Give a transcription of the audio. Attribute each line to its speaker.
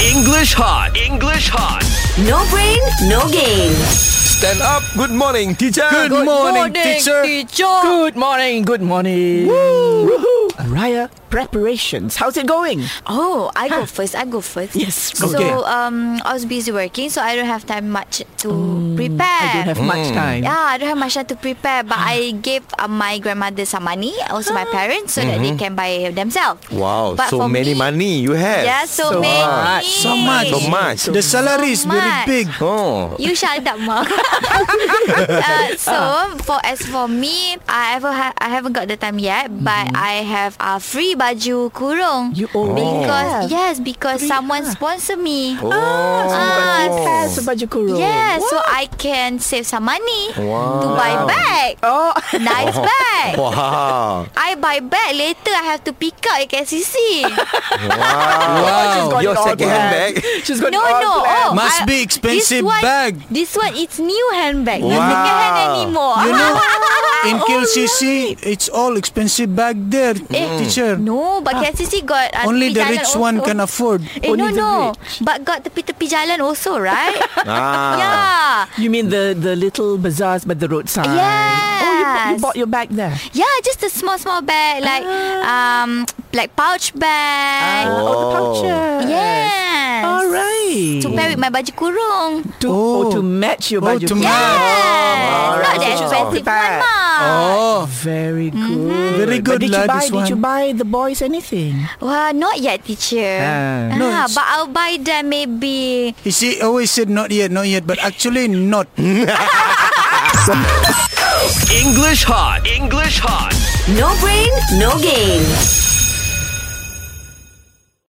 Speaker 1: English hot. English hot.
Speaker 2: No brain, no game.
Speaker 3: Stand up. Good morning, teacher.
Speaker 4: Good, morning, teacher. Good morning, good morning. Woo. Raya, preparations. How's it going?
Speaker 5: Oh, I go first. I go first.
Speaker 4: Yes,
Speaker 5: So
Speaker 4: okay.
Speaker 5: um, I was busy working, so I don't have time much to prepare.
Speaker 4: Oh, I don't have
Speaker 6: Mm.
Speaker 4: much time. Ah.
Speaker 5: Yeah, I don't have much time to prepare, but I gave uh, my grandmother some money, also my parents, so that they
Speaker 4: Mm-hmm.
Speaker 5: can buy themselves.
Speaker 3: Wow,
Speaker 5: But
Speaker 3: so
Speaker 5: for
Speaker 3: many
Speaker 5: me-
Speaker 3: money you have.
Speaker 5: Yeah, so,
Speaker 4: So
Speaker 5: many.
Speaker 4: much.
Speaker 3: So much. So much.
Speaker 4: The
Speaker 6: salary is very
Speaker 5: much.
Speaker 6: big.
Speaker 3: Oh.
Speaker 5: You shut up, mom. uh,
Speaker 4: Ah.
Speaker 5: so for as for me, I ever ha- I haven't got the time yet, but I have a free baju kurung.
Speaker 4: Mm-hmm. You Oh. already
Speaker 5: because
Speaker 4: have.
Speaker 5: yes, because someone sponsor me.
Speaker 3: Oh.
Speaker 5: Ah,
Speaker 6: Oh.
Speaker 4: It has a baju kurung.
Speaker 5: Yeah, so I can save some money to buy bag.
Speaker 4: Oh,
Speaker 5: Nice bag.
Speaker 3: Wow.
Speaker 5: I buy bag later. I have to pick up at KCC.
Speaker 4: she's got
Speaker 3: Your
Speaker 4: it all
Speaker 3: second hand
Speaker 4: planned.
Speaker 3: bag?
Speaker 4: She's got
Speaker 5: No,
Speaker 4: it all
Speaker 5: no. Oh,
Speaker 4: planned.
Speaker 6: Must be expensive
Speaker 5: this one,
Speaker 6: bag.
Speaker 5: This one, it's new handbag. Not
Speaker 3: Wow.
Speaker 5: second hand anymore. Oh,
Speaker 6: You know, in KLCC, it's all expensive back there, teacher.
Speaker 5: Eh, No, but KCC got
Speaker 6: Mm.
Speaker 5: uh,
Speaker 6: Ah. Only
Speaker 5: tepi
Speaker 6: the
Speaker 5: jalan
Speaker 6: rich
Speaker 5: also.
Speaker 6: one can afford.
Speaker 5: Eh, no,
Speaker 4: Only the
Speaker 5: no.
Speaker 4: rich.
Speaker 5: But got tepi-tepi jalan also, right?
Speaker 3: Ah.
Speaker 5: Yeah.
Speaker 4: You mean the, the little bazaars by the roadside? Oh, you, you
Speaker 5: Yes.
Speaker 4: bought your bag there.
Speaker 5: Yeah, just a small, small bag. Like,
Speaker 6: Ah.
Speaker 5: um, like pouch bag.
Speaker 4: Oh, the pouches.
Speaker 5: Yes.
Speaker 4: All right.
Speaker 5: To pair with my baju kurung.
Speaker 4: To, oh. to match your
Speaker 6: Oh,
Speaker 4: baju
Speaker 6: to
Speaker 4: kurung.
Speaker 6: match.
Speaker 5: Yes.
Speaker 3: alright.
Speaker 5: Not the
Speaker 3: So she's
Speaker 5: expensive one,
Speaker 4: occupied.
Speaker 5: mah.
Speaker 6: Oh,
Speaker 4: Very good.
Speaker 6: Very
Speaker 4: But
Speaker 6: good
Speaker 4: did
Speaker 6: lah,
Speaker 4: you buy?
Speaker 6: this
Speaker 4: Did you
Speaker 6: one.
Speaker 4: buy the boys anything?
Speaker 5: Well, not yet, teacher.
Speaker 4: Ah.
Speaker 6: No,
Speaker 5: ah,
Speaker 6: it's-
Speaker 5: but I'll buy them maybe.
Speaker 6: you see, always said not yet, not yet, but actually not.
Speaker 1: English hot. English hot.
Speaker 2: No brain, no game.